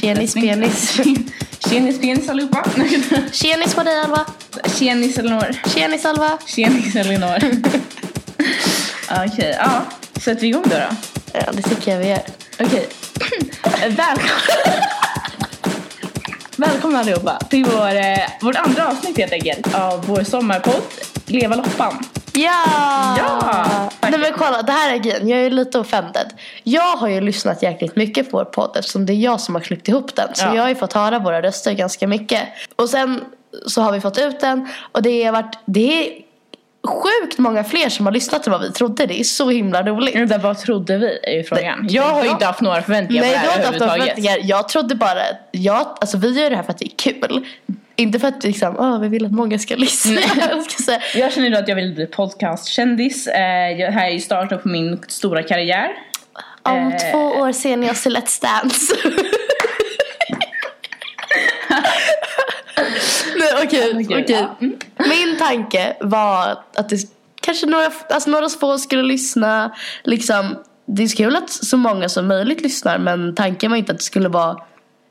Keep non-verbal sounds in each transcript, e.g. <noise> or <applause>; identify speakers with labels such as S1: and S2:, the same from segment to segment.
S1: Tjenis,
S2: fortsättning.
S1: penis. <laughs>
S2: Tjenis, penis allihopa.
S1: Tjenis på dig Alva!
S2: Tjenis, Elinor.
S1: Tjenis Alva!
S2: Tjenis, Elinor. Okej, ja. Sätter vi igång då då?
S1: Ja, det tycker jag vi gör.
S2: Okej. Välkomna. Välkomna allihopa till vår, eh, vårt andra avsnitt helt enkelt av vår sommarpodd Leva loppan.
S1: Ja!
S2: Ja!
S1: Nej men kolla, det här är grejen. Jag är lite offended. Jag har ju lyssnat jäkligt mycket på vår podd eftersom det är jag som har klippt ihop den. Så
S2: Ja.
S1: jag har ju fått höra våra röster ganska mycket. Och sen så har vi fått ut den och det har varit... Det är sjukt många fler som har lyssnat än vad vi trodde. Det är så himla roligt.
S2: Det där, vad trodde vi är ju frågan. Jag har ju inte haft några förväntningar
S1: Nej,
S2: på det
S1: du
S2: här
S1: har inte haft några
S2: överhuvudtaget.
S1: förväntningar. Jag trodde bara... Jag, alltså, vi gör det här för att det är kul. Inte för att liksom, åh, vi vill att många ska lyssna. <laughs> Jag ska säga.
S2: Jag känner då att jag vill bli podcastkändis. Eh, jag- här är ju starten på min stora karriär.
S1: Om
S2: Eh.
S1: två år ser ni oss i Let's Dance. Nej, okej.
S2: Herregud,
S1: okej.
S2: ja. Mm.
S1: Min tanke var att det, kanske några, alltså några få skulle lyssna. Liksom, det är så kul att så många som möjligt lyssnar men tanken var inte att det skulle vara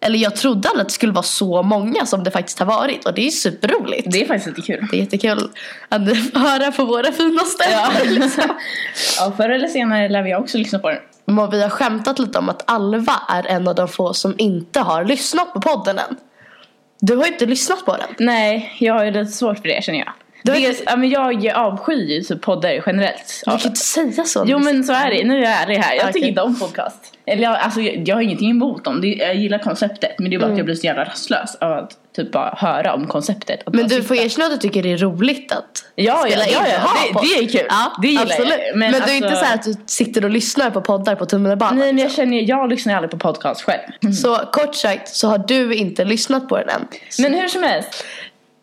S1: eller jag trodde aldrig att det skulle vara så många som det faktiskt har varit och det är superroligt.
S2: Det är faktiskt lite kul.
S1: Det är jättekul att ni får höra på våra finaste.
S2: Ja. <laughs>
S1: <laughs> Liksom.
S2: Ja, förr eller senare lär jag också lyssna på den.
S1: Men vi har skämtat lite om att Alva är en av de få som inte har lyssnat på podden än. Du har ju inte lyssnat på den.
S2: Nej, jag har ju lite svårt för det känner jag.
S1: Du har
S2: Dels, ja, men jag avskyr ju typ poddar generellt.
S1: Du kan ju inte säga så.
S2: Jo men så är det, nu är jag ärlig här. Jag
S1: Okej.
S2: tycker inte om podcast. Eller jag, alltså, jag, jag har ingenting emot dem, det, jag gillar konceptet. Men det är bara att jag blir så jävla rastlös av att typ bara höra om konceptet. Att bara
S1: men du
S2: sitta-
S1: får erkänna att du tycker det är roligt att
S2: Alltså, ja, ja,
S1: spela in
S2: ja,
S1: och ha
S2: ja, det,
S1: podd.
S2: det är kul.
S1: Ja,
S2: det gillar
S1: absolut.
S2: jag.
S1: Men,
S2: alltså-
S1: du är inte så här att du sitter och lyssnar på poddar på tunnelbanan.
S2: Nej men jag känner ju, jag lyssnar ju aldrig på podcast själv.
S1: Så kort sagt så har du inte lyssnat på den än.
S2: Men hur som helst.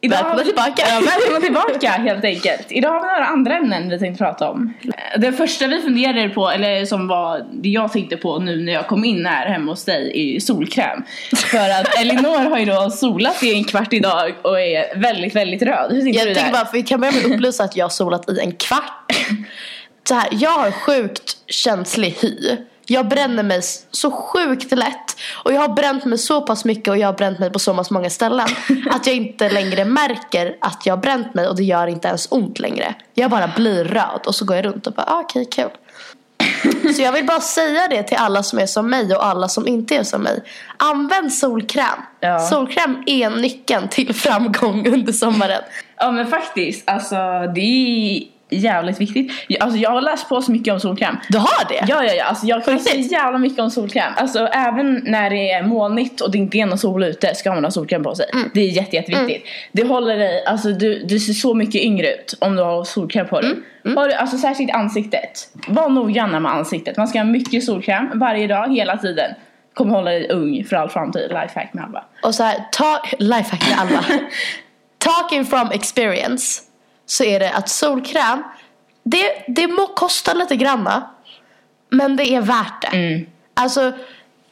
S2: Idag har
S1: Välkomna
S2: vi-
S1: tillbaka.
S2: Ja, välkomna <laughs> tillbaka helt enkelt. Idag har vi några andra ämnen vi tänkte prata om. Det första vi funderade på, eller som var det jag tänkte på nu när jag kom in här hemma hos dig, är ju solkräm. För <laughs> att Elinor har ju då solat i en kvart idag och är väldigt, väldigt röd. Hur tänker
S1: Jag
S2: du
S1: tycker
S2: där?
S1: bara, för vi kan börja med att upplysa att jag har solat i en
S2: <laughs>
S1: kvart. Så här, jag har sjukt känslig hy. Jag bränner mig så sjukt lätt. Och jag har bränt mig så pass mycket och jag har bränt mig på så pass många
S2: <laughs>
S1: ställen. Att jag inte längre märker att jag har bränt mig och det gör inte ens ont längre. Jag bara blir röd och så går jag runt och bara, ah, okej
S2: <laughs>
S1: kul. Så jag vill bara säga det till alla som är som mig och alla som inte är som mig. Använd solkräm.
S2: Ja.
S1: Solkräm är nyckeln till framgång under sommaren.
S2: Ja men faktiskt, alltså det är jävligt viktigt. Alltså jag har läst på så mycket om solkräm.
S1: Du har det?
S2: Ja, ja, ja. Alltså, jag kan
S1: riktigt?
S2: så jävla mycket om solkräm. Alltså, även när det är molnigt och det inte är någon sol ute ska man ha solkräm på sig. Det är jätte, jätteviktigt. Det håller dig, alltså du, du ser så mycket yngre ut om du har solkräm på dig. Har du, alltså särskilt ansiktet. Var noggranna med ansiktet. Man ska ha mycket solkräm varje dag, hela tiden. Kommer hålla dig ung för all framtid. Lifehack med Alva.
S1: Och så här, ta, lifehack till
S2: <laughs>
S1: alla. Talking from experience så är det att solkräm, det, det må kosta lite granna. Men det är värt det.
S2: Mm.
S1: Alltså,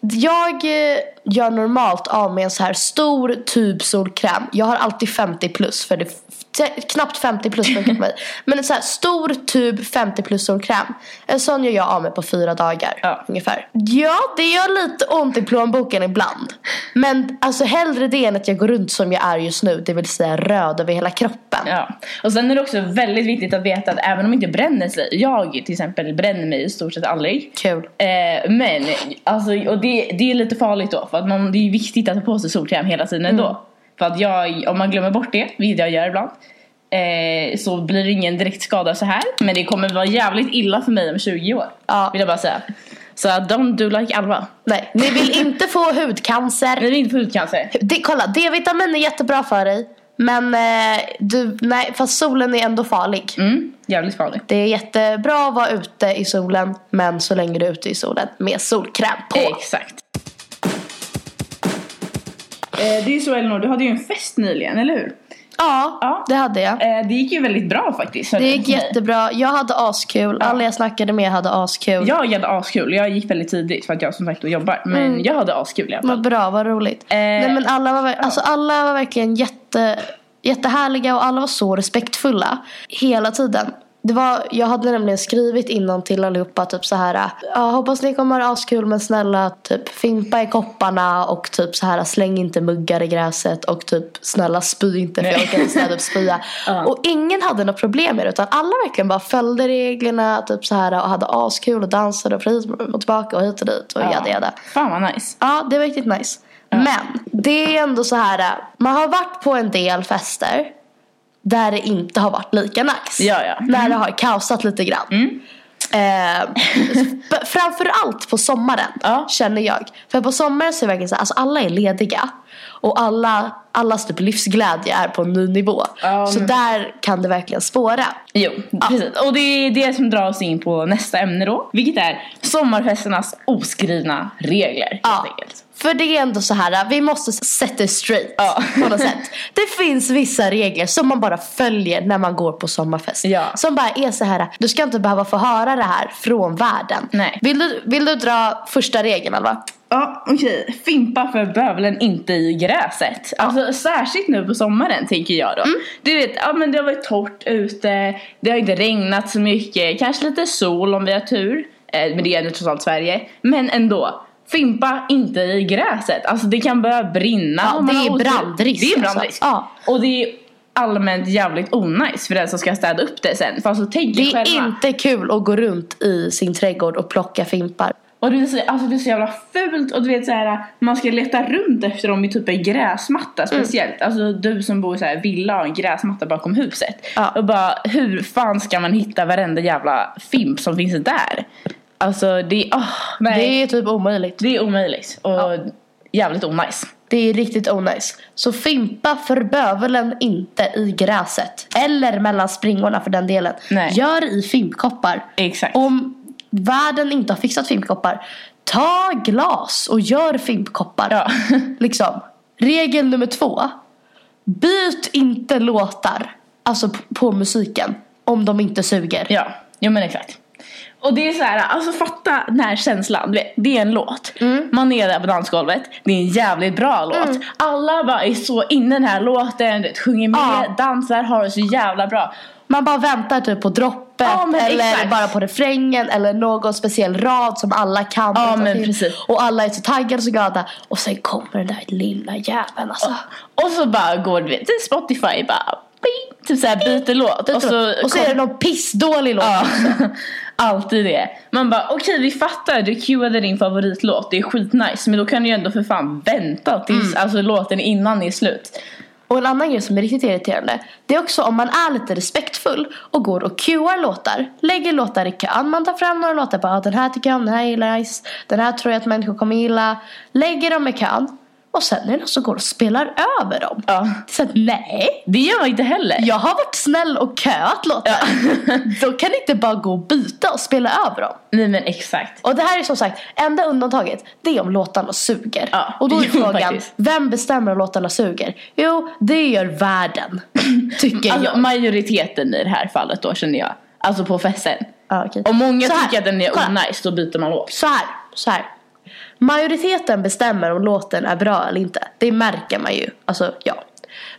S1: jag eh, gör normalt av med en så här stor tub solkräm. Jag har alltid 50 plus för det f- knappt 50 plus funkar
S2: <laughs>
S1: på mig. Men en så här stor tub 50 plus solkräm. En sån gör jag av med på fyra dagar
S2: Ja.
S1: ungefär. Ja, det gör lite ont i plånboken ibland. Men alltså hellre det än att jag går runt som jag är just nu. Det vill säga röd över hela kroppen.
S2: Ja. Och sen är det också väldigt viktigt att veta att även om man inte bränner sig. Jag till exempel bränner mig i stort sett aldrig.
S1: Kul.
S2: Eh, men alltså, och det, det är lite farligt då för att man, det är viktigt att ha på sig solkräm hela tiden
S1: Mm.
S2: ändå. För att jag, om man glömmer bort det, vilket jag gör ibland, eh, så blir det ingen direkt skada så här. Men det kommer vara jävligt illa för mig om 20 år.
S1: Ja.
S2: Vill jag bara säga. Så don't do like Alva.
S1: Nej, ni vill inte få hudcancer.
S2: Ni vill inte få hudcancer.
S1: Det, kolla, D-vitamin är jättebra för dig. Men eh, du, nej, fast solen är ändå farlig.
S2: Mm, jävligt farligt.
S1: Det är jättebra att vara ute i solen. Men så länge du är ute i solen med solkräm på.
S2: Exakt. Eh, det är ju så Elinor, du hade ju en fest nyligen, eller hur?
S1: Ja,
S2: Ja.
S1: det hade jag.
S2: Eh, det gick ju väldigt bra faktiskt.
S1: Det gick jättebra. Jag hade askul. Alla jag snackade med hade askul.
S2: Jag hade askul, jag gick väldigt tidigt för att jag som sagt då jobbar. Men jag hade askul i alla fall.
S1: Vad bra, vad roligt.
S2: Eh,
S1: Nej, men alla, var, ver- alltså, alla var verkligen jätte, jättehärliga och alla var så respektfulla hela tiden. Det var, jag hade nämligen skrivit innan till allihopa typ så här. Ja, hoppas ni kommer ha askul men snälla typ fimpa i kopparna och typ så här släng inte muggar i gräset och typ snälla spy inte för jag orkar inte städa upp spya.
S2: <laughs> Ja.
S1: Och ingen hade något problem med det utan alla verkligen bara följde reglerna typ så här och hade askul och dansade och hit och tillbaka och hit och dit och
S2: Ja.
S1: jada jada.
S2: Fan vad nice.
S1: Ja, det var riktigt nice. Men det är ändå så här. äh, Man har varit på en del fester där det inte har varit lika nice.
S2: Ja, Mm. ja.
S1: När det har kaosat lite grann. Eh,
S2: <laughs>
S1: b- framförallt på sommaren
S2: Ja.
S1: känner jag. För på sommaren så är det verkligen så här, alltså alla är lediga. Och alla, allas typ livsglädje är på en ny nivå.
S2: Ja,
S1: så
S2: men-
S1: där kan det verkligen spåra.
S2: Jo, precis. Och det är det som drar oss in på nästa ämne då. Vilket är sommarfesternas oskrivna regler helt
S1: Ja.
S2: enkelt.
S1: För det är ändå så här, vi måste sätta det straight
S2: Ja.
S1: på något sätt. Det finns vissa regler som man bara följer när man går på sommarfest.
S2: Ja.
S1: Som bara är så här, du ska inte behöva få höra det här från världen.
S2: Nej.
S1: Vill, du, vill du dra första regeln Alva?
S2: Ja, okej. Fimpa för bövelen inte i gräset. Alltså särskilt nu på sommaren tänker jag
S1: Mm.
S2: då. Du vet, ja men det har varit torrt ute, det har inte regnat så mycket, kanske lite sol om vi har tur. Eh, men det är ju trots allt Sverige. Men ändå. Fimpa inte i gräset. Alltså det kan börja brinna.
S1: Ja,
S2: om man
S1: det är
S2: har otur.
S1: brandrisk,
S2: Det är
S1: alltså.
S2: brandrisk.
S1: Ja.
S2: Och det är allmänt jävligt onajs för den som ska städa upp det sen. För alltså tänk
S1: Det
S2: er
S1: är
S2: själva.
S1: inte kul att gå runt i sin trädgård och plocka fimpar.
S2: Och det är, så, alltså det är så jävla fult och du vet så här, man ska leta runt efter dem i typ en gräsmatta speciellt. Alltså du som bor i så här villa har en gräsmatta bakom huset.
S1: Ja.
S2: Och bara hur fan ska man hitta varenda jävla fimp som finns där? Alltså det är, åh, nej. Det är,
S1: Det är typ omöjligt.
S2: omöjligt och jävligt onajs.
S1: Det är riktigt onajs. Så fimpa för bövelen inte i gräset. Eller mellan springorna för den delen.
S2: Nej.
S1: Gör i fimpkoppar.
S2: Exakt.
S1: Om världen inte har fixat fimpkoppar, ta glas och gör fimpkoppar.
S2: Ja. <laughs>
S1: Liksom. Regel nummer två. Byt inte låtar, alltså p- på musiken, om de inte suger.
S2: Ja, jo men exakt. Och det är så här, alltså fatta den här känslan. Du vet, Det är en låt.
S1: Mm.
S2: Man är där på dansgolvet. Det är en jävligt bra låt. Alla bara är så inne i den här låten. Du vet, sjunger med,
S1: Ja.
S2: dansar, har det så jävla bra.
S1: Man bara väntar typ på droppet
S2: Ja, men
S1: eller
S2: exakt.
S1: bara på refrängen eller någon speciell rad som alla kan.
S2: Ja,
S1: utan
S2: men
S1: till.
S2: precis.
S1: Och alla är så taggade och så glada. Och sen kommer den där lilla jäveln alltså.
S2: Och så bara går du vet, till Spotify bara ping, typ så här byter låt.
S1: Och så, och så är det någon pissdålig låt.
S2: Ja, <laughs> alltid det. Man bara okej vi fattar, du cueade din favoritlåt, det är skitnice men då kan du ju ändå för fan vänta tills
S1: Mm.
S2: alltså, låten innan är slut.
S1: Och en annan grej som är riktigt irriterande. Det är också om man är lite respektfull och går och cuear låtar. Lägger låtar i kön. Man tar fram några låtar. Bara, "Ah, den här tycker jag om, den här gillar jag. Den här tror jag att människor kommer gilla. Lägger dem i kön. Och sen är det någon som går och spelar över dem.
S2: Ja.
S1: Så att, nej,
S2: Det gör man inte heller.
S1: jag har varit snäll och köat låtar. Då kan ni inte bara gå och byta och spela över dem.
S2: Nej men exakt.
S1: Och det här är som sagt, enda undantaget det är om låtarna suger.
S2: Ja,
S1: och då är
S2: <laughs> jo,
S1: frågan,
S2: faktiskt.
S1: vem bestämmer om låtarna suger? Jo, det gör
S2: <laughs>
S1: världen. Tycker
S2: Alltså,
S1: jag.
S2: majoriteten i det här fallet då känner jag. Alltså på festen.
S1: Ja, okej.
S2: Om många
S1: Så här,
S2: tycker att den är
S1: kolla.
S2: onajs då byter man låt.
S1: Så här, så här. Majoriteten bestämmer om låten är bra eller inte. Det märker man ju. Alltså, ja.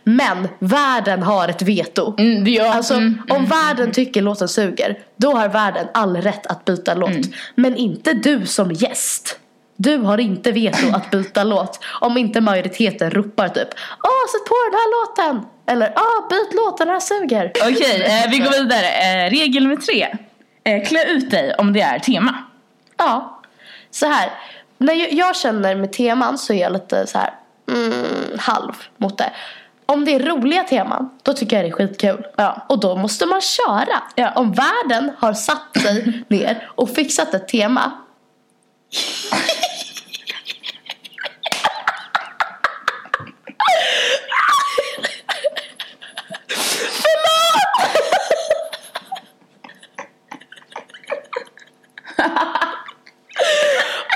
S1: Men världen har ett veto.
S2: Mm, det gör
S1: Alltså,
S2: mm.
S1: om världen tycker låten suger, då har världen all rätt att byta låt.
S2: Mm.
S1: Men inte du som gäst. Du har inte veto att byta låt om inte majoriteten ropar typ Åh, sätt på den här låten! Eller Åh, byt låt, den här suger!
S2: Okej, <laughs> eh, vi går vidare. Eh, regel nummer tre. Eh, klä ut dig om det är tema.
S1: Ja, så här. När jag, jag känner med teman så är jag lite så här mm, halv mot det. Om det är roliga teman, då tycker jag det är skitkul.
S2: Ja.
S1: Och då måste man köra.
S2: Ja.
S1: Om världen har satt <laughs> sig ner och fixat ett tema.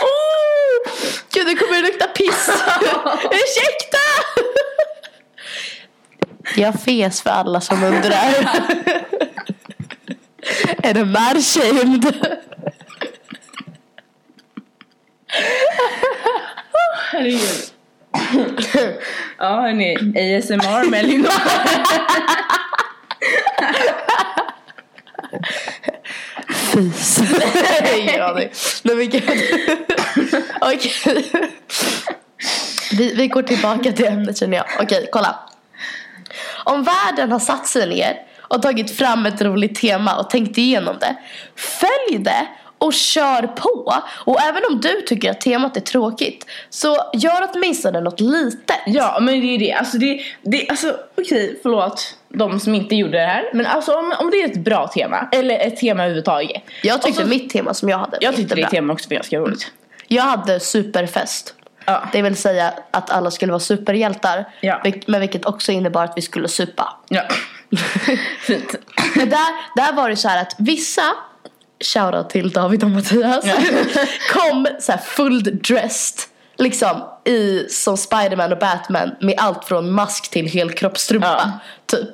S1: Oh! Gud, det kommer att lukta <laughs> piss. Ursäkta! <laughs> Jag fes för alla som <laughs> undrar. Är det <laughs> märkänd?
S2: Herregud. ja hörni, <laughs> ASMR Melina.
S1: fis. Nej, ingen aning. Nej men gud. Okej. Vi, vi går tillbaka till ämnet känner jag. Okej, kolla. Om världen har satt sig ner och tagit fram ett roligt tema och tänkt igenom det. Följ det och kör på. Och även om du tycker att temat är tråkigt så gör åtminstone något litet.
S2: Ja men det är ju det. Alltså, det, det, alltså okej förlåt de som inte gjorde det här. Men alltså om, om det är ett bra tema. Eller ett tema överhuvudtaget.
S1: Jag tyckte
S2: Och så-
S1: mitt tema som jag hade var
S2: Jag tyckte det
S1: jättebra.
S2: temat också var ganska roligt.
S1: Jag hade superfest.
S2: Ja.
S1: Det vill säga att alla skulle vara superhjältar.
S2: Ja.
S1: vil- Men vilket också innebar att vi skulle supa. <laughs>
S2: <laughs> ja. Fint.
S1: Men där, där var det så här att vissa Shoutout till David och Mattias <laughs> Kom så här full dressed Liksom i, som Spiderman och Batman Med allt från mask till helkroppsstrumpa Typ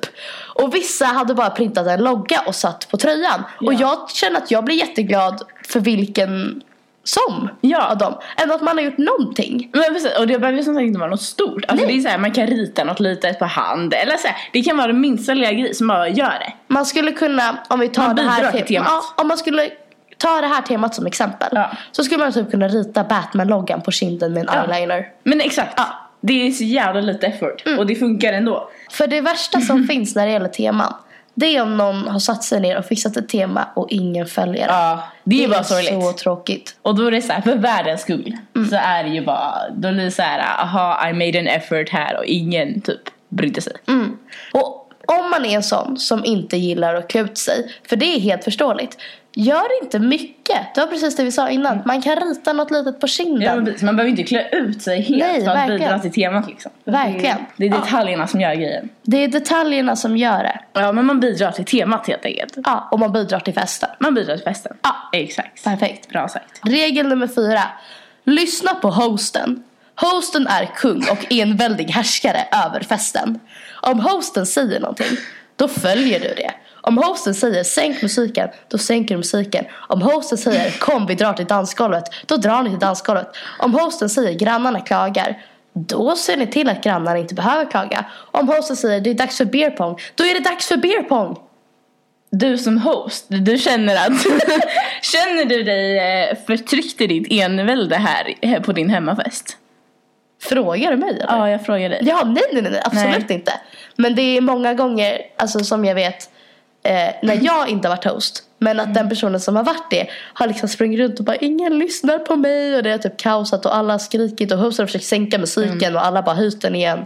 S1: Och vissa hade bara printat en logga och satt på tröjan Och jag känner att jag blir jätteglad För vilken som
S2: Ja.
S1: av dem Än att man har gjort någonting
S2: Men precis, och det behöver ju som sagt inte vara något stort. Alltså det är så här, man kan rita något litet på hand. Eller så här, det kan vara den minsta lilla grej som bara gör det.
S1: Man skulle kunna, om vi tar
S2: Man
S1: det här
S2: bidrar till
S1: te-
S2: temat.
S1: Ja, om man skulle ta det här temat som exempel.
S2: Ja.
S1: Så skulle man typ kunna rita Batman-loggan på kinden med en
S2: Ja.
S1: eyeliner.
S2: Men exakt. Det är så jävla lite effort.
S1: Mm.
S2: Och det funkar ändå.
S1: För det värsta
S2: <laughs>
S1: som finns när det gäller teman. Det är om någon har satt sig ner och fixat ett tema och ingen följer det.
S2: Ja, det är ju bara sorgligt.
S1: så Mm. tråkigt.
S2: Och då är det så här, för världens skull. Så är det ju bara, då är det så här, aha I made an effort här och ingen typ brydde sig.
S1: Mm. Och om man är en sån som inte gillar att klä ut sig, för det är helt förståeligt. Gör inte mycket. Det var precis det vi sa innan. Man kan rita något litet på kinden.
S2: Ja, men precis, man behöver inte klä ut sig helt
S1: Nej,
S2: för att
S1: verkligen.
S2: bidra till temat liksom.
S1: Verkligen.
S2: Det är
S1: Ja.
S2: detaljerna som gör grejen.
S1: Det är detaljerna som gör det.
S2: Ja, men man bidrar till temat helt enkelt.
S1: Ja, och man bidrar till festen.
S2: Man bidrar till festen.
S1: Ja.
S2: Exakt.
S1: Perfekt.
S2: Bra sagt.
S1: Regel nummer fyra. Lyssna på hosten. Hosten är kung och enväldig härskare över festen. Om hosten säger någonting, då följer du det. Om hosten säger sänk musiken, då sänker du musiken. Om hosten säger kom vi drar till dansgolvet, då drar ni till dansgolvet. Om hosten säger grannarna klagar, då ser ni till att grannarna inte behöver klaga. Om hosten säger det är dags för beer pong, då är det dags för beer pong.
S2: Du som host, du känner att... <laughs> känner du dig eh, förtryckt i ditt envälde här eh, på din hemmafest?
S1: Frågar du mig eller?
S2: Ja, jag frågar dig.
S1: Ja, nej, nej, nej, nej, absolut
S2: Nej.
S1: inte. Men det är många gånger, alltså som jag vet, eh, när jag inte har varit host, men att den personen som har varit det har liksom sprungit runt och bara ingen lyssnar på mig och det är typ kaosat och alla har skrikit och hosten har försökt sänka musiken
S2: Mm.
S1: och alla bara höjt den igen.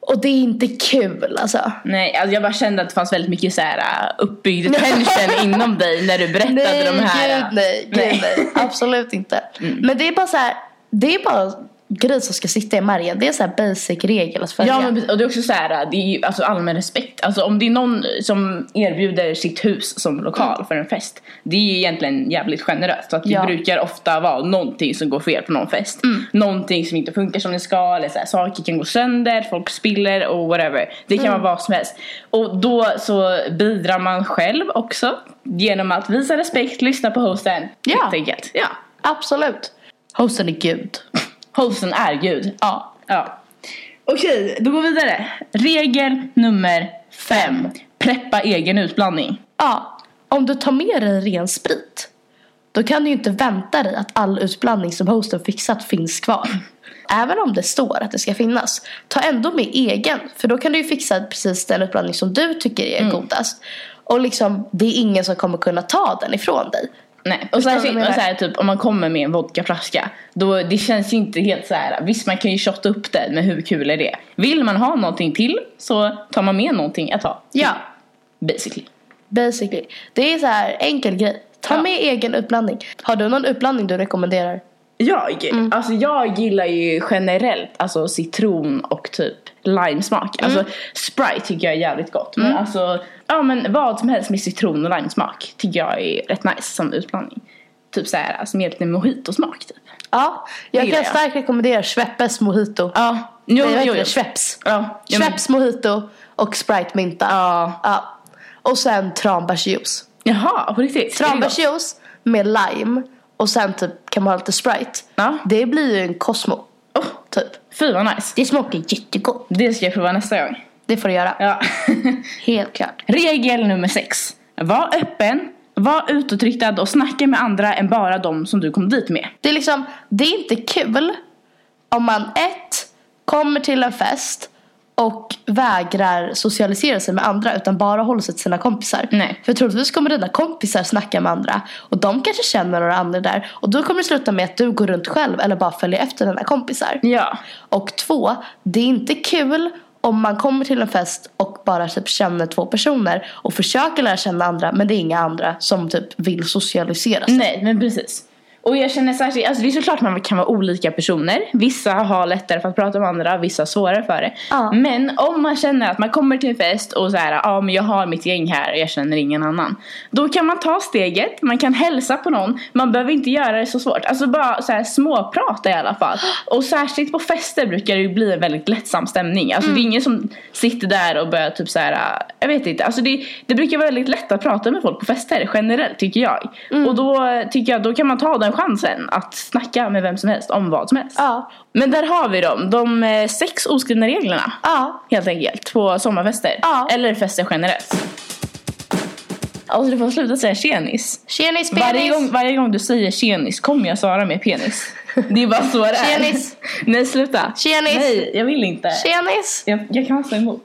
S1: Och det är inte kul alltså.
S2: Nej, alltså jag bara kände att det fanns väldigt mycket så här eh, uppbyggd <laughs> tension inom dig när du berättade de här. eh, Mm.
S1: gud nej, gud, nej. absolut inte. Men det är bara så här, det är bara grej som ska sitta i märgen. Det är så här basic regel att följa.
S2: Ja, men precis. och det är också så här, det är ju alltså allmän respekt. Alltså om det är någon som erbjuder sitt hus som lokal för en fest. Det är ju egentligen jävligt generöst. För att det
S1: Mm. Ja. Mm.
S2: brukar ofta vara någonting som går fel på någon fest. Någonting som inte funkar som det ska. Eller så här, saker kan gå sönder, folk spiller och whatever. Det
S1: Mm.
S2: kan vara vad som helst. Och då så bidrar man själv också. Genom att visa respekt, lyssna på hosten.
S1: Ja.
S2: Helt enkelt. Ja.
S1: Absolut. Hosten är gud.
S2: Hosten är gud.
S1: Ja.
S2: Ja. Okej, då går vi vidare. Regel nummer fem. Preppa egen utblandning.
S1: Ja, om du tar med dig ren sprit då kan du ju inte vänta dig att all utblandning som hosten fixat finns kvar. Även om det står att det ska finnas, ta ändå med egen. För då kan du ju fixa precis den utblandning som du tycker är
S2: Mm.
S1: godast. Och liksom, det är ingen som kommer kunna ta den ifrån dig.
S2: Nej. Och
S1: Förstår du vad jag
S2: särskilt
S1: menar?
S2: och så här, typ, om man kommer med en vodkaflaska. Då, det känns ju inte helt så här. Visst man kan ju shotta upp den men hur kul är det? Vill man ha någonting till så tar man med någonting att ha.
S1: Ja,
S2: Basically.
S1: basically. Det är så här enkel grej. Ta
S2: Ja.
S1: med egen utblandning. Har du någon utblandning du rekommenderar?
S2: Jag, alltså jag gillar ju generellt alltså citron och typ limesmak. Alltså Sprite tycker jag är jävligt gott. Men alltså, ja men vad som helst med citron och limesmak tycker jag är rätt nice som utblandning. Typ såhär, alltså med lite mojitosmak typ.
S1: Ja, jag
S2: gillar
S1: kan
S2: jag.
S1: starkt rekommendera Schweppes mojito.
S2: Ja,
S1: Nej,
S2: jo, jo,
S1: vad
S2: jo.
S1: heter det? Schweppes.
S2: Ja, ja, men-
S1: Schweppes mojito och Sprite mynta.
S2: Ja.
S1: Ja. Och sen tranbärsjuice.
S2: Jaha, på riktigt? Är det gott?
S1: Tranbärsjuice med lime och sen typ kan man ha lite Sprite.
S2: Ja.
S1: Det blir ju en Cosmo.
S2: Åh,
S1: Typ.
S2: Fy vad nice.
S1: Det smakar jättegott.
S2: Det ska jag prova nästa gång.
S1: Det får du göra.
S2: Ja. <laughs>
S1: Helt klart.
S2: Regel nummer sex. Var öppen Var utåtriktad och snacka med andra än bara de som du kom dit med.
S1: Det är liksom, det är inte kul om man ett, kommer till en fest och vägrar socialisera sig med andra utan bara håller sig till sina kompisar.
S2: Nej.
S1: För troligtvis kommer dina kompisar snacka med andra och de kanske känner några andra där och då kommer det sluta med att du går runt själv eller bara följer efter dina kompisar.
S2: Ja.
S1: Och två, det är inte kul om man kommer till en fest och bara typ känner två personer och försöker lära känna andra men det är inga andra som typ vill socialisera sig.
S2: Nej, men precis. Och jag känner särskilt, alltså det är såklart man kan vara olika personer. Vissa har lättare för att prata med andra, vissa har svårare för det.
S1: Ja.
S2: Men om man känner att man kommer till en fest och så här, ja men jag har mitt gäng här och jag känner ingen annan. Då kan man ta steget, man kan hälsa på någon, man behöver inte göra det så svårt. Alltså bara så här småprata i alla fall. Och särskilt på fester brukar det ju bli en väldigt lättsam stämning. Alltså det är ingen som sitter där och börjar typ så här, äh, jag vet inte. Alltså det, det brukar vara väldigt lätt att prata med folk på fester generellt tycker jag. Och då eh, tycker jag, då kan man ta den chansen att snacka med vem som helst om vad som helst.
S1: Ja.
S2: Men där har vi dem, de eh, sex oskrivna reglerna
S1: Ja.
S2: helt enkelt på sommarfester.
S1: Ja.
S2: Eller fester generellt. Alltså du får sluta säga tjenis.
S1: Tjenis penis!
S2: Varje gång, varje gång du säger tjenis kommer jag svara med penis. Det är bara så det är.
S1: Tjenis.
S2: <laughs> Nej sluta.
S1: Tjenis.
S2: Nej jag vill inte.
S1: Tjenis!
S2: Jag, jag kan stå emot.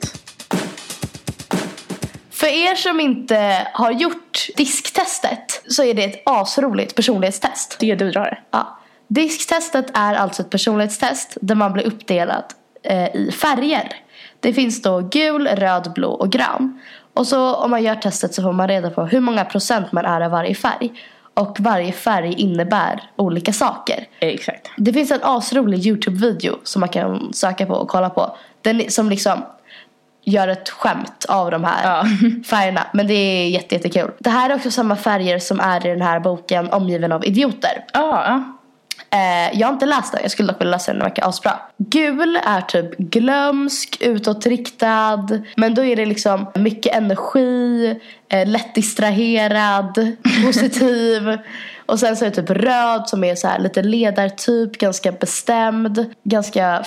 S1: För er som inte har gjort disktestet så är det ett asroligt personlighetstest.
S2: Tycker jag du drar det.
S1: Ja. Disktestet är alltså ett personlighetstest där man blir uppdelad eh, i färger. Det finns då gul, röd, blå och grön. Och så om man gör testet så får man reda på hur många procent man är av varje färg. Och varje färg innebär olika saker.
S2: Exakt.
S1: Det finns en asrolig Youtube-video som man kan söka på och kolla på. Den är- som liksom gör ett skämt av de här
S2: Ja.
S1: <laughs> färgerna. Men det är jätte, jättekul. Det här är också samma färger som är i den här boken Omgiven av idioter.
S2: Ja, ja.
S1: Eh, jag har inte läst den. Jag skulle dock vilja läsa den. Den verkar asbra. Gul är typ glömsk, utåtriktad. Men då är det liksom mycket energi, eh, lätt distraherad, <laughs> positiv. Och sen så är det typ röd som är så här lite ledartyp, ganska bestämd, ganska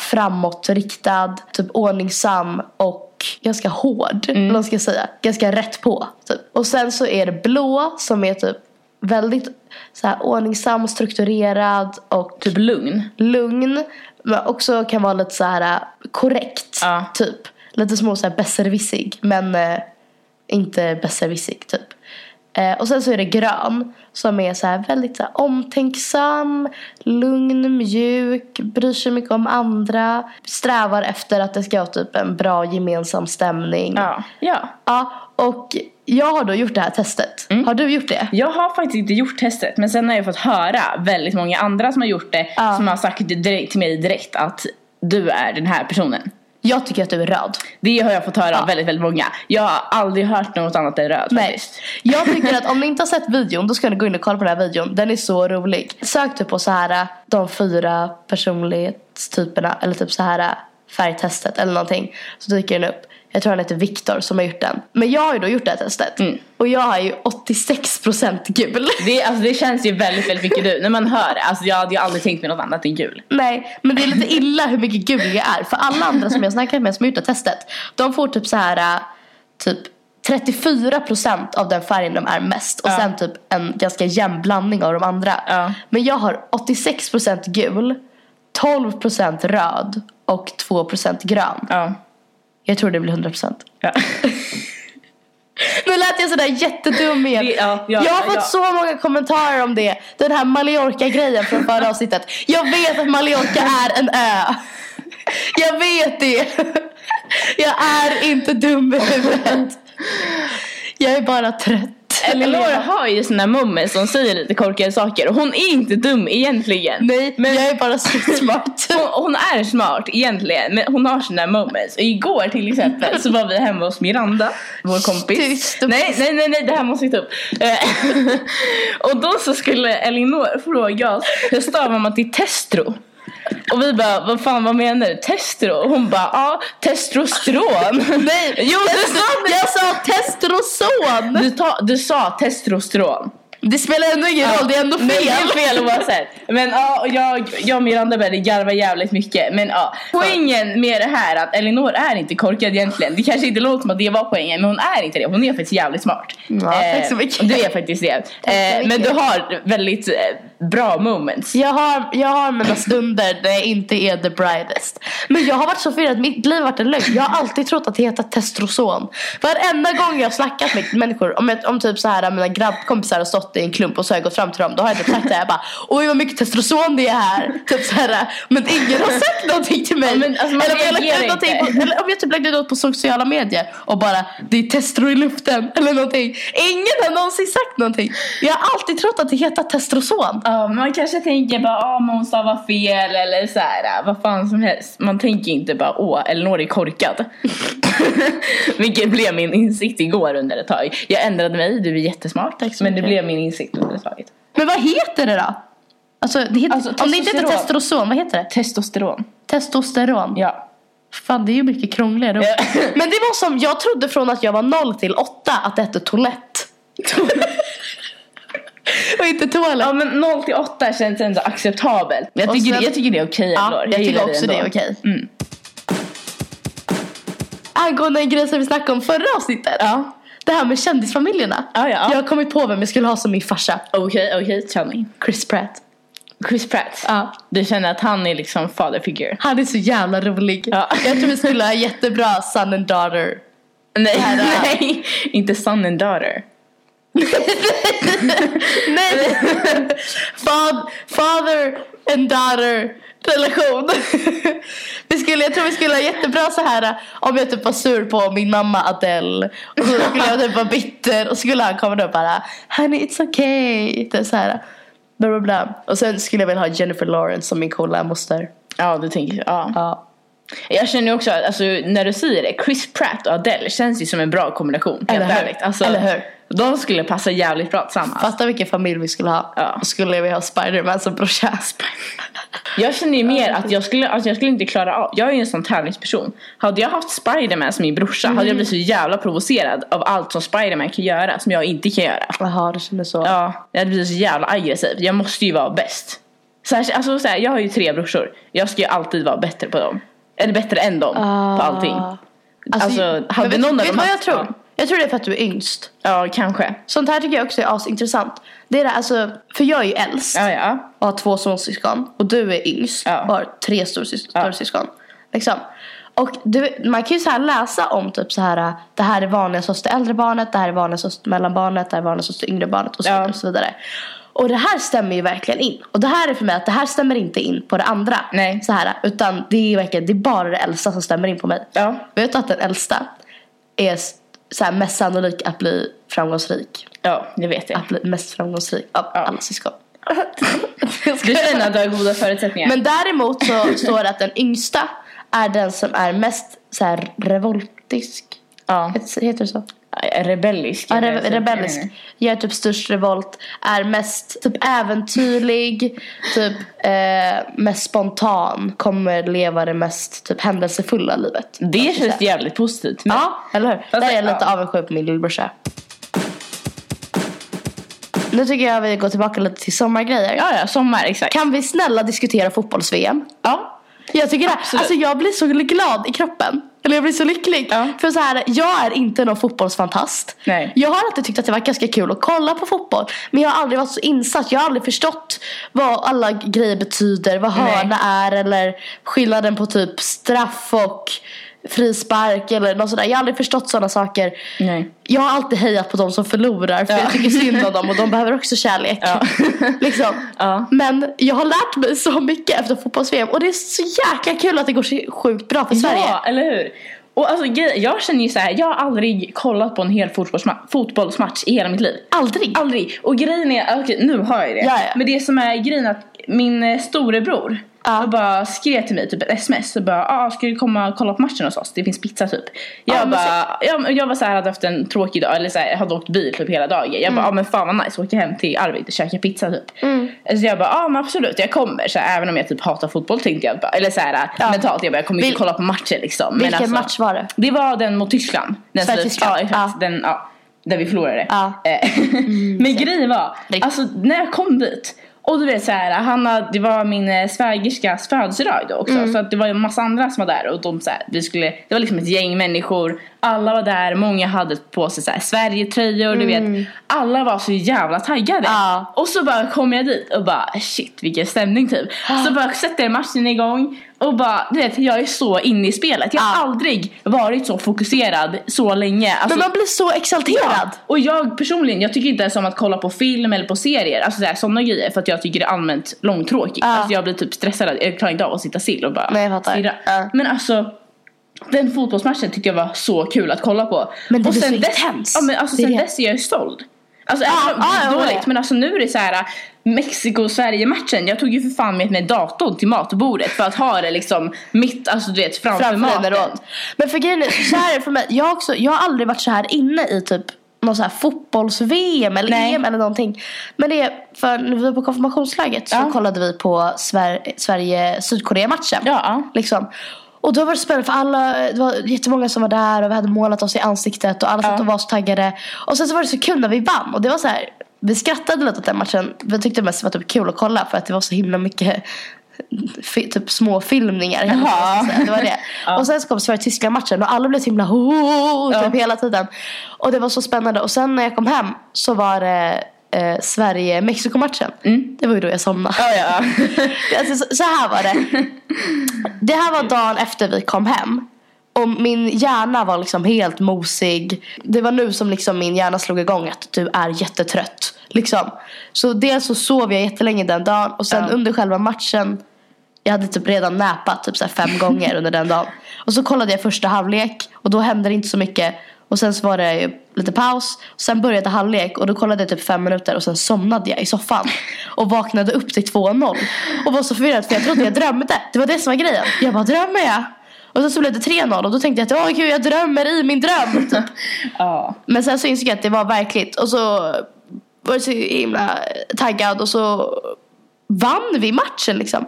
S1: framåtriktad, typ ordningsam och ganska hård. Mm. Vad ska jag säga? Ganska rätt på. Typ. Och sen så är det blå som är typ väldigt så här, ordningsam, strukturerad och
S2: Typ lugn.
S1: lugn. Men också kan vara lite så här eh, korrekt.
S2: Ja.
S1: Typ. Lite små så här besserwissig. Men eh, inte besserwissig typ. Eh, och sen så är det grön. Som är så här väldigt så här, omtänksam, lugn, mjuk, bryr sig mycket om andra. Strävar efter att det ska vara typ en bra gemensam stämning.
S2: Ja. ja.
S1: Ja, och jag har då gjort det här testet.
S2: Mm.
S1: Har du gjort det?
S2: Jag har faktiskt inte gjort testet men sen har jag fått höra väldigt många andra som har gjort det
S1: Ja.
S2: som har sagt direkt till mig direkt att du är den här personen.
S1: Jag tycker att du är röd.
S2: Det har jag fått höra
S1: Ja.
S2: av väldigt, väldigt många. Jag har aldrig hört något annat än röd
S1: Nej.
S2: faktiskt.
S1: Jag tycker att om ni inte har sett videon då ska ni gå in och kolla på den här videon. Den är så rolig. Sök typ på så här de fyra personlighetstyperna eller typ så här färgtestet eller någonting. Så dyker den upp. Jag tror han heter Viktor som har gjort den. Men jag har ju då gjort det här testet. Och jag är ju 86% gul.
S2: Det, alltså, det känns ju väldigt, väldigt mycket du. När man hör det. Alltså, jag hade ju aldrig tänkt mig något annat än gul.
S1: Nej, men det är lite illa hur mycket gul jag är. För alla andra som jag snackat med som har gjort det här testet. De får typ så här äh, typ 34% av den färgen de är mest. Och
S2: Ja.
S1: sen typ en ganska jämn blandning av de andra.
S2: Ja.
S1: Men jag har 86% gul, 12% röd och 2% grön.
S2: Ja.
S1: Jag tror det blir 100%.
S2: <laughs> ja.
S1: Nu lät jag sådär jättedum igen.
S2: Det- ja, ja,
S1: jag har fått
S2: ja.
S1: så många kommentarer om det. Den här Mallorca-grejen från förra avsnittet. Jag vet att Mallorca är en ö. Jag vet det. Jag är inte dum i huvudet. Jag är bara trött.
S2: Eleonora har ju såna mummer som säger lite korkade saker. Och hon är inte dum egentligen.
S1: Nej,
S2: men
S1: jag är bara så smart.
S2: Hon, hon är smart egentligen men hon har sina moments. Och igår till exempel så var vi hemma hos Miranda, vår kompis.
S1: Tyst och-
S2: Nej, nej, nej, nej det här måste vi ta upp. Eh, <laughs> och då så skulle Elinor fråga oss hur stavar man till testro? Och vi bara, vad fan vad menar du? Testro? Och hon bara, ja testosteron.
S1: <laughs> Nej,
S2: Jo, du sa
S1: jag sa testosteron.
S2: Du, ta, du sa testosteron.
S1: Det spelar ändå ingen roll, det är ändå fel.
S2: Men det är fel oavsett. Men ja, och jag, jag och Miranda började garva jävligt mycket. Men ja, poängen med det här att Elinor är inte korkad egentligen. Det kanske inte låter som att det var poängen, men hon är inte det. Hon är faktiskt jävligt smart.
S1: Ja, tack så mycket.
S2: Du är faktiskt det.
S1: så
S2: Eh, men du
S1: mycket.
S2: har väldigt eh, bra moments.
S1: Jag har, jag har mina stunder där jag inte är the brightest. Men jag har varit så förvirrad, mitt liv har varit en lögn. Jag har alltid trott att det heter testosteron. Varenda gång jag har snackat med människor, om, ett, om typ så här mina grabbkompisar har stått i en klump och så har jag gått fram till dem, då har jag typ sagt det här, jag bara Oj vad mycket testosteron det är här. Typ så här men ingen har sagt någonting till mig.
S2: Ja, men alltså, man
S1: eller, om jag lagt
S2: reagerar
S1: ut någonting
S2: inte.
S1: på, eller om jag typ lagt ut något på sociala medier och bara det är testo i luften eller någonting. Ingen har någonsin sagt någonting. Jag har alltid trott att det heter testosteron.
S2: Ja, man kanske tänker bara ah, men hon stavar fel eller så här, äh, vad fan som helst. Man tänker inte bara åh, Elinor är korkad. <laughs> Vilket blev min insikt igår under ett tag. Jag ändrade mig, du är jättesmart.
S1: Tack så
S2: men det
S1: mycket.
S2: blev min insikt under ett tag.
S1: Men vad heter det då? Alltså, det heter,
S2: Alltså,
S1: om det inte heter
S2: testosteron.
S1: testosteron, vad heter det?
S2: Testosteron.
S1: Testosteron.
S2: Ja.
S1: Fan, det är ju mycket krångligare. ord.
S2: Ja.
S1: <laughs> Men det var som, jag trodde från att jag var 0 till 8 att det hette
S2: <laughs>
S1: toalett. Och inte toalett.
S2: ja men 0 till 8 känns ändå acceptabelt. Jag
S1: Och
S2: tycker,
S1: sen-
S2: jag tycker det är okej
S1: Ja,
S2: Elinor.
S1: jag tycker
S2: gillar dig
S1: också
S2: ändå.
S1: det är okej.
S2: Mm.
S1: Angående en grej som vi snackade om förra avsnittet.
S2: Ja.
S1: Det här med kändisfamiljerna.
S2: Ja, ja.
S1: Jag har kommit på vem jag skulle ha som min farsa.
S2: Okej, okej, tell me.
S1: Chris Pratt.
S2: Chris Pratt.
S1: Ja.
S2: Du känner att han är liksom father figure?
S1: Han är så jävla rolig.
S2: Ja.
S1: Jag tror vi skulle ha jättebra son and daughter.
S2: Nej,
S1: Här, äh.
S2: <laughs> nej. Inte son and daughter.
S1: Nej! <laughs> Fad, father and daughter relation. Vi skulle, jag tror vi skulle ha jättebra så här om jag typ var sur på min mamma Adele. Och så skulle jag typ vara bitter och så skulle han komma upp och bara Honey it's okay. Typ så här. Bla, bla, bla. Och sen skulle jag väl ha Jennifer Lawrence som min coola moster.
S2: Ja, du tänker ja.
S1: Ja.
S2: Jag känner ju också att alltså, när du säger det, Chris Pratt och Adele känns ju som en bra kombination. helt
S1: Eller hur?
S2: ärligt. Alltså,
S1: Eller hur?
S2: De skulle passa jävligt bra tillsammans.
S1: Fatta vilken familj vi skulle ha.
S2: Ja.
S1: Och skulle vi ha Spiderman som brorsa.
S2: Jag känner ju mer att jag skulle, alltså, jag skulle inte klara av, jag är ju en sån tävlingsperson. Hade jag haft Spiderman som min brorsa hade
S1: Mm.
S2: jag blivit så jävla provocerad av allt som Spiderman kan göra som jag inte kan göra.
S1: Jaha, du känner så.
S2: Ja, jag hade blivit så jävla aggressiv. Jag måste ju vara bäst. Så här, alltså, så här, jag har ju tre brorsor. Jag ska ju alltid vara bättre på dem. Eller bättre än dem på allting. Alltså, hade
S1: Ah. men vet-
S2: någon av
S1: vet
S2: dem
S1: vad jag
S2: haft-
S1: tror?
S2: ja.
S1: Jag tror det är för att du är yngst.
S2: Ja, kanske.
S1: Sånt här tycker jag också är asintressant. Det är det, alltså, för jag är ju äldst
S2: Ja, ja.
S1: och har två storsyskon. Och du är yngst
S2: Ja.
S1: och har tre storsys- storsyskon. Liksom. Och du, man kan ju så här läsa om typ så här. Det här är vanligast hos det äldre barnet. Det här är vanligast hos mellanbarnet. Det här är vanligast hos det yngre barnet. Och så,
S2: Ja.
S1: vidare och så vidare. Och det här stämmer ju verkligen in. Och det här är för mig att det här stämmer inte in på det andra.
S2: Nej.
S1: Så här, utan det är verkligen det är bara det äldsta som stämmer in på mig.
S2: Ja.
S1: Vet du att den äldsta är s- så här, mest sannolik att bli framgångsrik?
S2: Ja, det vet jag.
S1: Att bli mest framgångsrik av
S2: Ja.
S1: alla syskon.
S2: <laughs> Du känner att du har goda förutsättningar?
S1: Men däremot så står det att den yngsta är den som är mest så här, revoltisk.
S2: ja.
S1: Heter heter det så?
S2: Rebellisk.
S1: Ja,
S2: eller
S1: re-
S2: så-
S1: rebellisk.
S2: Mm.
S1: Gör typ störst revolt. Är mest typ äventyrlig. Typ eh, mest spontan. Kommer leva det mest typ händelsefulla livet.
S2: Det känns jävligt positivt. Men,
S1: Ja, eller hur?
S2: Fast
S1: Där är jag
S2: det-
S1: lite
S2: ja.
S1: avundsjuk på min lillebrorsa. Nu tycker jag vi går tillbaka lite till sommargrejer.
S2: ja, ja, sommar, exakt.
S1: Kan vi snälla diskutera fotbolls-VM?
S2: Ja.
S1: Jag tycker det. här-
S2: Absolut.
S1: Alltså jag blir så glad i kroppen. Eller jag blir så lycklig.
S2: Ja.
S1: För så här, jag är inte någon fotbollsfantast.
S2: Nej.
S1: Jag har alltid tyckt att det var ganska kul att kolla på fotboll. Men jag har aldrig varit så insatt. Jag har aldrig förstått vad alla grejer betyder. Vad
S2: Nej.
S1: hörna är eller skillnaden på typ straff och frispark eller något sådär. Jag har aldrig förstått sådana saker.
S2: Nej.
S1: Jag har alltid hejat på de som förlorar för
S2: Ja.
S1: jag tycker synd om dem
S2: <laughs>
S1: och de behöver också kärlek.
S2: Ja.
S1: liksom.
S2: Ja.
S1: Men jag har lärt mig så mycket efter fotbolls-VM och det är så jäkla kul att det går så sjukt bra för Sverige.
S2: Ja, eller hur? Och alltså, grej- jag känner ju så här, jag har aldrig kollat på en hel fotbollsma- fotbollsmatch i hela mitt liv.
S1: Aldrig.
S2: Aldrig. Och grejen är, ah, okej nu har jag ju det.
S1: Ja, ja.
S2: Men det som är grejen är att min eh, storebror
S1: Ja.
S2: och bara skrev till mig typ ett sms och bara ah, ska du komma och kolla på matchen hos oss? Det finns pizza typ. Jag
S1: Ja, men
S2: bara, ja, men jag var såhär hade haft en tråkig dag eller så här, hade åkt bil typ hela dagen. Jag
S1: Mm.
S2: bara ah, men fan vad nice, åka hem till Arvid och käka pizza typ. Så jag bara ah, men absolut jag kommer. Så här, även om jag typ hatar fotboll tänkte jag bara, eller såhär mentalt jag bara jag kommer
S1: Vil-
S2: inte kolla på matcher liksom. Men
S1: Vilken
S2: alltså-
S1: match var det?
S2: det var den mot Tyskland. Den
S1: Sverige-
S2: slut-
S1: Tyskland.
S2: Ja, exakt.
S1: Ja.
S2: Den, ja. där vi förlorade.
S1: Ja. Mm.
S2: Eh, <laughs> Men grejen var, alltså när jag kom dit och du vet så här, Hanna, det var min eh, svägerskas födelsedag då också.
S1: Mm.
S2: Så att det var ju en massa andra som var där och de så här, vi skulle, det var liksom ett gäng människor. Alla var där, många hade på sig så här Sverigetröjor, du vet. Alla var så jävla taggade.
S1: Mm. Ja.
S2: Och så bara kom jag dit och bara shit vilken stämning typ. Så bara sätter matchen igång och bara, du vet jag är så inne i spelet. Jag har
S1: Ja.
S2: aldrig varit så fokuserad så länge. Alltså,
S1: Men man blir så exalterad.
S2: Ja, och jag personligen, jag tycker inte ens om att kolla på film eller på serier, alltså sådär, sådana grejer för att jag tycker det är allmänt långtråkigt.
S1: Ja.
S2: Alltså jag blir typ stressad, jag klarar inte av att sitta still och bara
S1: Nej, jag fattar.
S2: stirra.
S1: Ja.
S2: Men alltså den fotbollsmatchen tyckte jag var så kul att kolla på.
S1: Men det
S2: och
S1: blir
S2: sen
S1: så
S2: dess,
S1: intens.
S2: ja, men alltså,
S1: Det är
S2: sen
S1: det.
S2: dess är jag ju såld. Alltså
S1: Ja,
S2: även om
S1: ja,
S2: det är
S1: jag
S2: dåligt
S1: med.
S2: men alltså nu är det så här Mexiko-Sverige-matchen. Jag tog ju för fan med mig datorn till matbordet för att ha det liksom mitt, alltså du vet framför,
S1: framför
S2: maten.
S1: henne då. Men för grejen är, så här är det för mig. Jag, har också, jag har aldrig varit så här inne i typ någon så här fotbolls-VM eller
S2: Nej.
S1: EM eller någonting. Men det är för när vi var på konfirmationsläget så
S2: Ja.
S1: kollade vi på Sver- Sverige-Sydkorea-matchen.
S2: Ja, ja.
S1: Liksom. Och då var det spännande för alla, det var jättemånga som var där och vi hade målat oss i ansiktet och alla satt
S2: Ja.
S1: och var så taggade. Och sen så var det så kul när vi vann och det var så här, vi skrattade lite åt den matchen. Vi tyckte mest det var typ kul att kolla för att det var så himla mycket <laughs> fi, typ små filmningar hela tiden,
S2: Jaha.
S1: så att säga. Det var det.
S2: <laughs> Ja.
S1: Och sen så kom Sverige-Tyskland matchen och alla blev så himla ho, ho, ho,
S2: Ja.
S1: typ hela tiden. Och det var så spännande. Och sen när jag kom hem så var det eh, Sverige-Mexiko matchen.
S2: Mm.
S1: Det var ju då jag somnade.
S2: Ja, ja.
S1: <laughs> Alltså, så, så här var det. Det här var dagen efter vi kom hem. Och min hjärna var liksom helt mosig. Det var nu som liksom min hjärna slog igång att du är jättetrött. Liksom. Så dels så sov jag jättelänge den dagen och sen
S2: Ja.
S1: under själva matchen. Jag hade typ redan näpat typ så här fem gånger under den dagen. Och så kollade jag första halvlek och då hände det inte så mycket. Och sen så var det ju lite paus. Sen började halvlek och då kollade jag typ fem minuter och sen somnade jag i soffan. Och vaknade upp till 2-0. Och var så förvirrad för jag trodde jag drömde. Det var det som var grejen. Jag bara, drömmer jag? Och sen så blev det 3-0 och då tänkte jag att åh gud jag drömmer i min dröm. Typ.
S2: <laughs> ja.
S1: Men sen så insåg jag att det var verkligt och så var jag så himla taggad och så vann vi matchen liksom.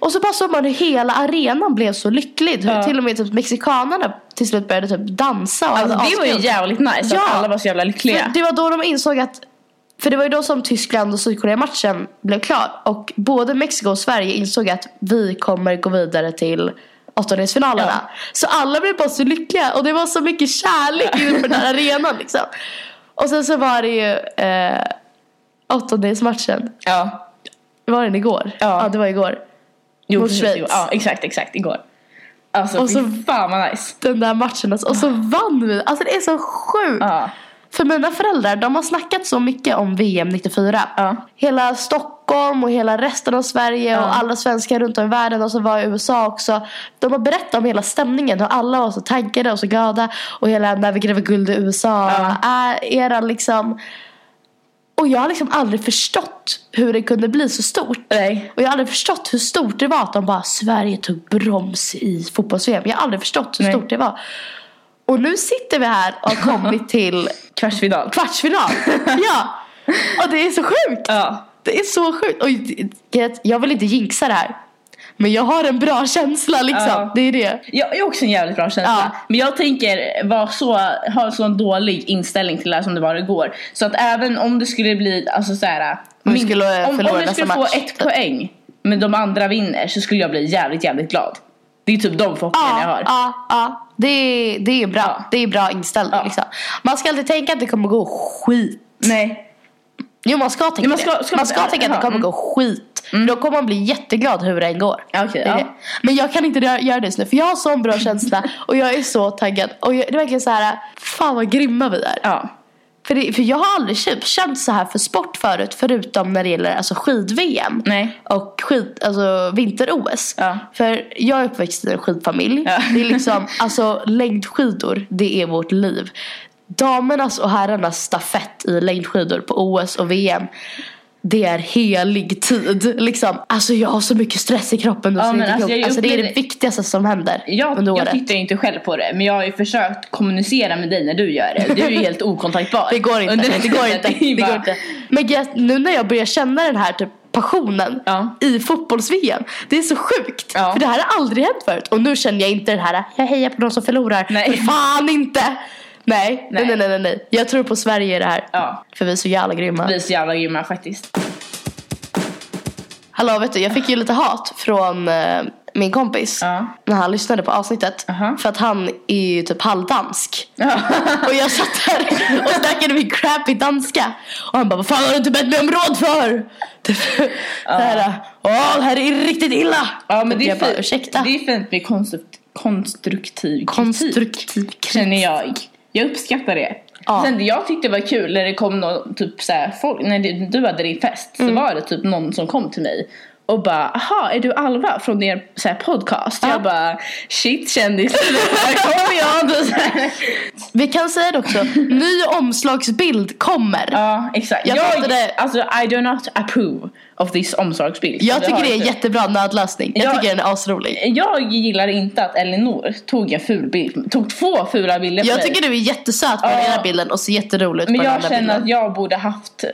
S1: Och så bara såg man hur hela arenan blev så lycklig. Hur
S2: Ja.
S1: till och med typ mexikanerna till slut började typ dansa. Och
S2: Alltså,
S1: hade
S2: det var ju
S1: askul.
S2: jävligt nice
S1: Ja.
S2: att alla var så jävla lyckliga.
S1: För Det var då de insåg att för det var ju då som Tyskland och Sydkorea-matchen blev klar. Och både Mexiko och Sverige insåg att vi kommer gå vidare till åttondelsfinalerna. Så alla blev bara så lyckliga och det var så mycket kärlek inför den
S2: <laughs>
S1: här arenan liksom. Och sen så var det ju eh, åttondelsmatchen.
S2: Ja.
S1: Var den igår?
S2: Ja.
S1: ja det var igår.
S2: Jo,
S1: Mot
S2: precis,
S1: Schweiz.
S2: igår. Ja, exakt, exakt. Igår. Alltså
S1: Och
S2: fy
S1: så-
S2: fan vad nice.
S1: Den där matchen alltså. Och så vann vi. Alltså det är så sjukt.
S2: Ja.
S1: För mina föräldrar, de har snackat så mycket om VM 94.
S2: Ja.
S1: Hela Stockholm och hela resten av Sverige
S2: Ja.
S1: och alla svenskar runt om i världen och så var i USA också. De har berättat om hela stämningen och alla var så taggade och så glada. Och hela när vi gräver guld i USA.
S2: Ja.
S1: Äh, eran liksom. Och jag har liksom aldrig förstått hur det kunde bli så stort.
S2: Nej.
S1: Och jag har aldrig förstått hur stort det var att de bara Sverige tog broms i fotbolls-VM. Jag har aldrig förstått hur
S2: Nej.
S1: stort det var. Och nu sitter vi här och har kommit till
S2: Kvartsfinal. <laughs>
S1: kvartsfinal. ja. Och det är så sjukt.
S2: Ja.
S1: Det är så sjukt. Och jag- jag vill inte jinxa det här. Men jag har en bra känsla liksom.
S2: Ja.
S1: Det är det.
S2: Jag är också en jävligt bra känsla.
S1: Ja.
S2: Men jag tänker vara så, ha en sån dålig inställning till det här som det var igår. Så att även om det skulle bli, alltså såhär.
S1: Om vi skulle
S2: om,
S1: förlora
S2: om vi
S1: nästa
S2: skulle få
S1: match,
S2: ett
S1: typ.
S2: poäng men de andra vinner så skulle jag bli jävligt, jävligt glad. Det är typ de förhoppningarna jag har.
S1: Ja, ja, ja. Det är, det är bra.
S2: Ja.
S1: Det är bra inställning
S2: Ja.
S1: liksom. Man ska alltid tänka att det kommer gå skit.
S2: Nej.
S1: Jo man ska tänka
S2: Ja, man ska-
S1: det.
S2: ska
S1: man
S2: man
S1: ska
S2: det?
S1: tänka att det
S2: Jaha, Mm.
S1: kommer gå skit. Då kommer man bli jätteglad hur det än går.
S2: Ja, okej,
S1: Det är
S2: ja.
S1: det. Men jag kan inte rö- göra det just nu för jag har sån
S2: <laughs>
S1: bra känsla och jag är så taggad. Och jag, det är verkligen så här, fan vad grymma vi är.
S2: Ja.
S1: För, det, för jag har aldrig känt, känt så här för sport förut förutom när det gäller alltså skid-VM.
S2: Nej.
S1: Och skid, alltså vinter-OS.
S2: Ja.
S1: För jag är uppväxt i en skidfamilj.
S2: Ja.
S1: Det är
S2: <laughs>
S1: liksom, alltså längdskidor, det är vårt liv. Damernas och herrarnas stafett i längdskidor på OS och VM. Det är helig tid. Liksom. Alltså jag har så mycket stress i kroppen. Och
S2: Ja,
S1: så är det
S2: men
S1: inte
S2: alltså,
S1: klokt.
S2: jag
S1: alltså, det är det
S2: upplevde-
S1: viktigaste som händer
S2: Jag,
S1: under
S2: jag
S1: året.
S2: tittar ju inte själv på det men jag har ju försökt kommunicera med dig när du gör
S1: <laughs>
S2: det. Du är ju helt okontaktbar.
S1: Det går inte.
S2: Under den
S1: Det går
S2: <laughs> tiden.
S1: inte.
S2: är ju
S1: Det går
S2: bara-
S1: inte. Men jag- nu när jag börjar känna den här typ passionen
S2: Ja.
S1: i fotbolls-VM. Det är så sjukt.
S2: Ja.
S1: För det här har aldrig hänt förut. Och nu känner jag inte den här, jag hejar på de som förlorar.
S2: Nej.
S1: För fan inte. Nej, nej,
S2: Nej.
S1: nej, nej, nej, nej. Jag tror på Sverige i det här.
S2: Ja,
S1: För vi är så jävla grymma.
S2: vi är så jävla grymma faktiskt. <laughs>
S1: Hallå, vet du, jag fick ju lite hat från eh, min kompis.
S2: Ja.
S1: När han lyssnade på avsnittet.
S2: Aha.
S1: För att han är ju typ halvdansk. Och jag satt där och snackade min crappy danska. Och han bara, vad fan har du inte bett mig om råd för? Typ, det här, åh det här är riktigt illa.
S2: Ja, men det är,
S1: jag bara,
S2: fint.
S1: ursäkta.
S2: det är fint med konstrukt, konstruktiv kritik.
S1: Konstruktiv kritik.
S2: Känner jag. Jag uppskattar det.
S1: Ja.
S2: Sen det jag tyckte var kul när det kom någon typ så här, folk, när det- du hade din fest
S1: Mm.
S2: så var det typ någon som kom till mig och bara aha är du Alva från er så här, podcast?
S1: Ja.
S2: Jag bara shit kändis, <laughs> här kommer jag! <laughs> Du, så här.
S1: Vi kan säga det också, ny omslagsbild kommer.
S2: Mm. Ja exakt.
S1: Jag fattade-
S2: alltså I do not approve of this omslagsbild.
S1: Jag
S2: Så
S1: tycker
S2: har
S1: det är en
S2: typ-
S1: jättebra nödlösning. Jag
S2: Ja.
S1: tycker den är asrolig.
S2: Jag gillar inte att Elinor tog en ful bild, tog två fula bilder på
S1: Jag
S2: dig.
S1: tycker du är jättesöt på den
S2: Ja.
S1: ena bilden och ser jätterolig ut på
S2: Men
S1: den
S2: jag
S1: andra
S2: känner att
S1: bilden.
S2: jag borde haft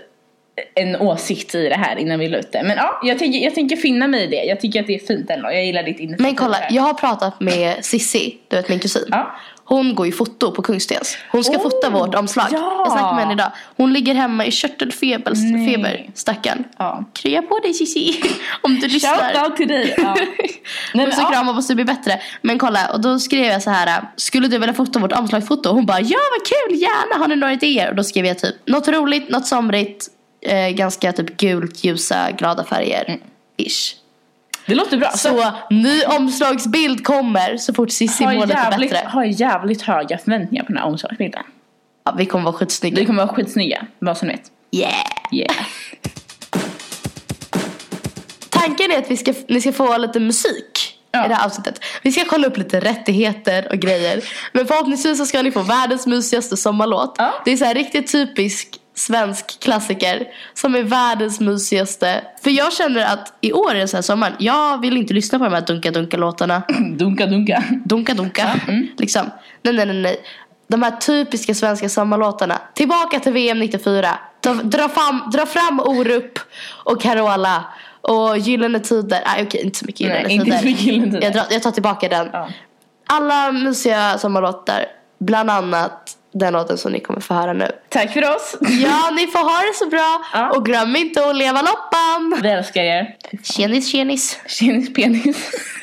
S2: en åsikt i det här innan vi la ut det. Men ja, jag tänker, jag tänker finna mig i det. Jag tycker att det är fint ändå. Jag gillar ditt initiativ.
S1: Men kolla,
S2: här.
S1: jag har pratat med Sissi, du vet min kusin.
S2: Ja.
S1: Hon går ju foto på Kungstens. Hon ska
S2: Oh,
S1: fota vårt omslag.
S2: ja.
S1: Jag snackade med henne idag. Hon ligger hemma i körtelfeber,
S2: Nej.
S1: feber, stackarn.
S2: Ja.
S1: Krya på dig Sissi, <laughs> om du lyssnar.
S2: Shoutout till dig.
S1: <laughs>
S2: Ja. Nej, men,
S1: Puss och
S2: ja.
S1: kram, hoppas du blir bättre. Men kolla, och då skrev jag så här. Skulle du vilja fota vårt omslagsfoto? Hon bara, ja vad kul, gärna, har ni några idéer? Och då skrev jag typ, något roligt, något somrigt, eh, ganska typ gult, ljusa, glada
S2: Mm.
S1: färger. Ish.
S2: <laughs> Det låter bra. Så,
S1: Så ny omslagsbild kommer så fort Cissi
S2: har
S1: mår lite
S2: jävligt,
S1: bättre.
S2: har jävligt höga förväntningar på den här omslagsbilden.
S1: Ja, vi kommer vara
S2: Vi
S1: skitsnygga.
S2: kommer vara skitsnygga, vad som vet.
S1: Yeah!
S2: Yeah.
S1: Tanken är att vi ska, ni ska få lite musik
S2: Ja.
S1: i det här avsnittet. Vi ska kolla upp lite rättigheter och grejer. Men förhoppningsvis så ska ni få världens mysigaste sommarlåt.
S2: Ja.
S1: Det är så här riktigt typisk svensk klassiker som är världens mysigaste. För jag känner att i år är det så här sommaren. Jag vill inte lyssna på de här dunka dunka låtarna.
S2: <laughs> Dunka dunka.
S1: Dunka dunka.
S2: Mm.
S1: Liksom. Nej, nej, nej, nej. De här typiska svenska sommarlåtarna. Tillbaka till VM 94. Dra, dra, fram, dra fram Orup och Carola. Och Gyllene Tider. Nej okej, inte så mycket Gyllene
S2: Nej, inte så mycket Gyllene Tider.
S1: Jag, drar, jag tar tillbaka den.
S2: Ja.
S1: Alla mysiga sommarlåtar. Bland annat den låten som ni kommer få höra nu.
S2: Tack för oss.
S1: Ja, ni får ha det så bra.
S2: Ja.
S1: Och glöm inte att leva loppan.
S2: Vi älskar er.
S1: Tjenis, tjenis.
S2: Tjenis penis.